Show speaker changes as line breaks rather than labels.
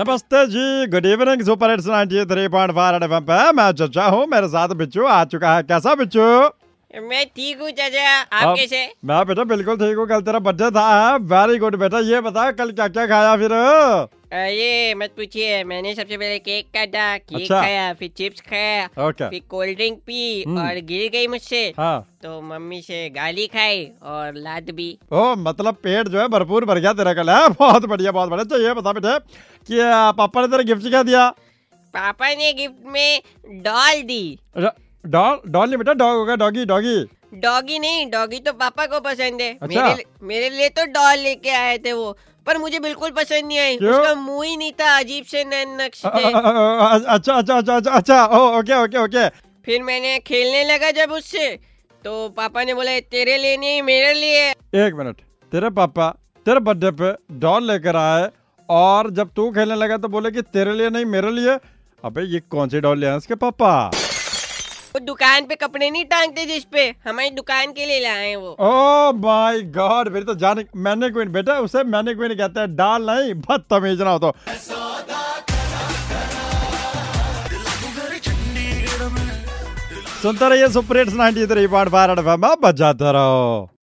नमस्ते जी good evening super hits 93.5 point फार पे मैं चचा हूँ मेरे साथ बिच्छू आ चुका है कैसा बिच्छू
मैं ठीक हूँ चाचा आप
आप-
कैसे
मैं बेटा बिल्कुल ठीक हूँ कल तेरा बर्थडे था वेरी गुड बेटा ये बता कल क्या क्या खाया फिर
अ, ये मत पूछिए मैंने सबसे पहले केक काटा केक
अच्छा।
खाया फिर चिप्स खाया
ओके
फिर कोल्ड ड्रिंक पी
हम्म।
और गिर गई मुझसे
हाँ
तो मम्मी से गाली खाई और लात भी
ओ मतलब पेट जो है भरपूर भर गया तेरा कल है बहुत बढ़िया बहुत बढ़िया तो ये बता बेटे कि आ, पापा ने तेरा गिफ्ट क्या दिया
पापा ने गिफ्ट में डॉल दी
र- डॉल डॉल नहीं बेटा डॉग होगा डॉगी डॉगी
डॉगी नहीं डॉगी तो पापा को पसंद है
अच्छा।
मेरे लि- मेरे लिए तो डॉल लेके आए थे वो पर मुझे बिल्कुल पसंद नहीं आई
क्यों?
उसका मुंह ही नहीं था अजीब से नन नक्श
अ-
थे
अ- अ- अ- अच्छा अच्छा अच्छा अच्छा अच्छा ओ ओके ओके ओके
फिर मैंने खेलने लगा जब उससे तो पापा ने बोला तेरे लिए नहीं मेरे लिए है।"
एक मिनट तेरे पापा तेरे बर्थडे पे डॉल लेकर आए और जब तू खेलने लगा तो बोले कि तेरे लिए नहीं मेरे लिए अबे ये कौन सी डॉल ले आए इसके पापा
वो दुकान पे कपड़े नहीं टांगते जिसपे हमारी दुकान के लिए लाए हैं वो
ओ माय गॉड Oh मेरी तो जान मैंने क्वीन बेटा उसे मैंने क्वीन कहते हैं डाल नहीं बदतमीज ना हो तो सुनते रहिए सुपर हिट्स 93.5 थ्री पॉइंट बजाते रहो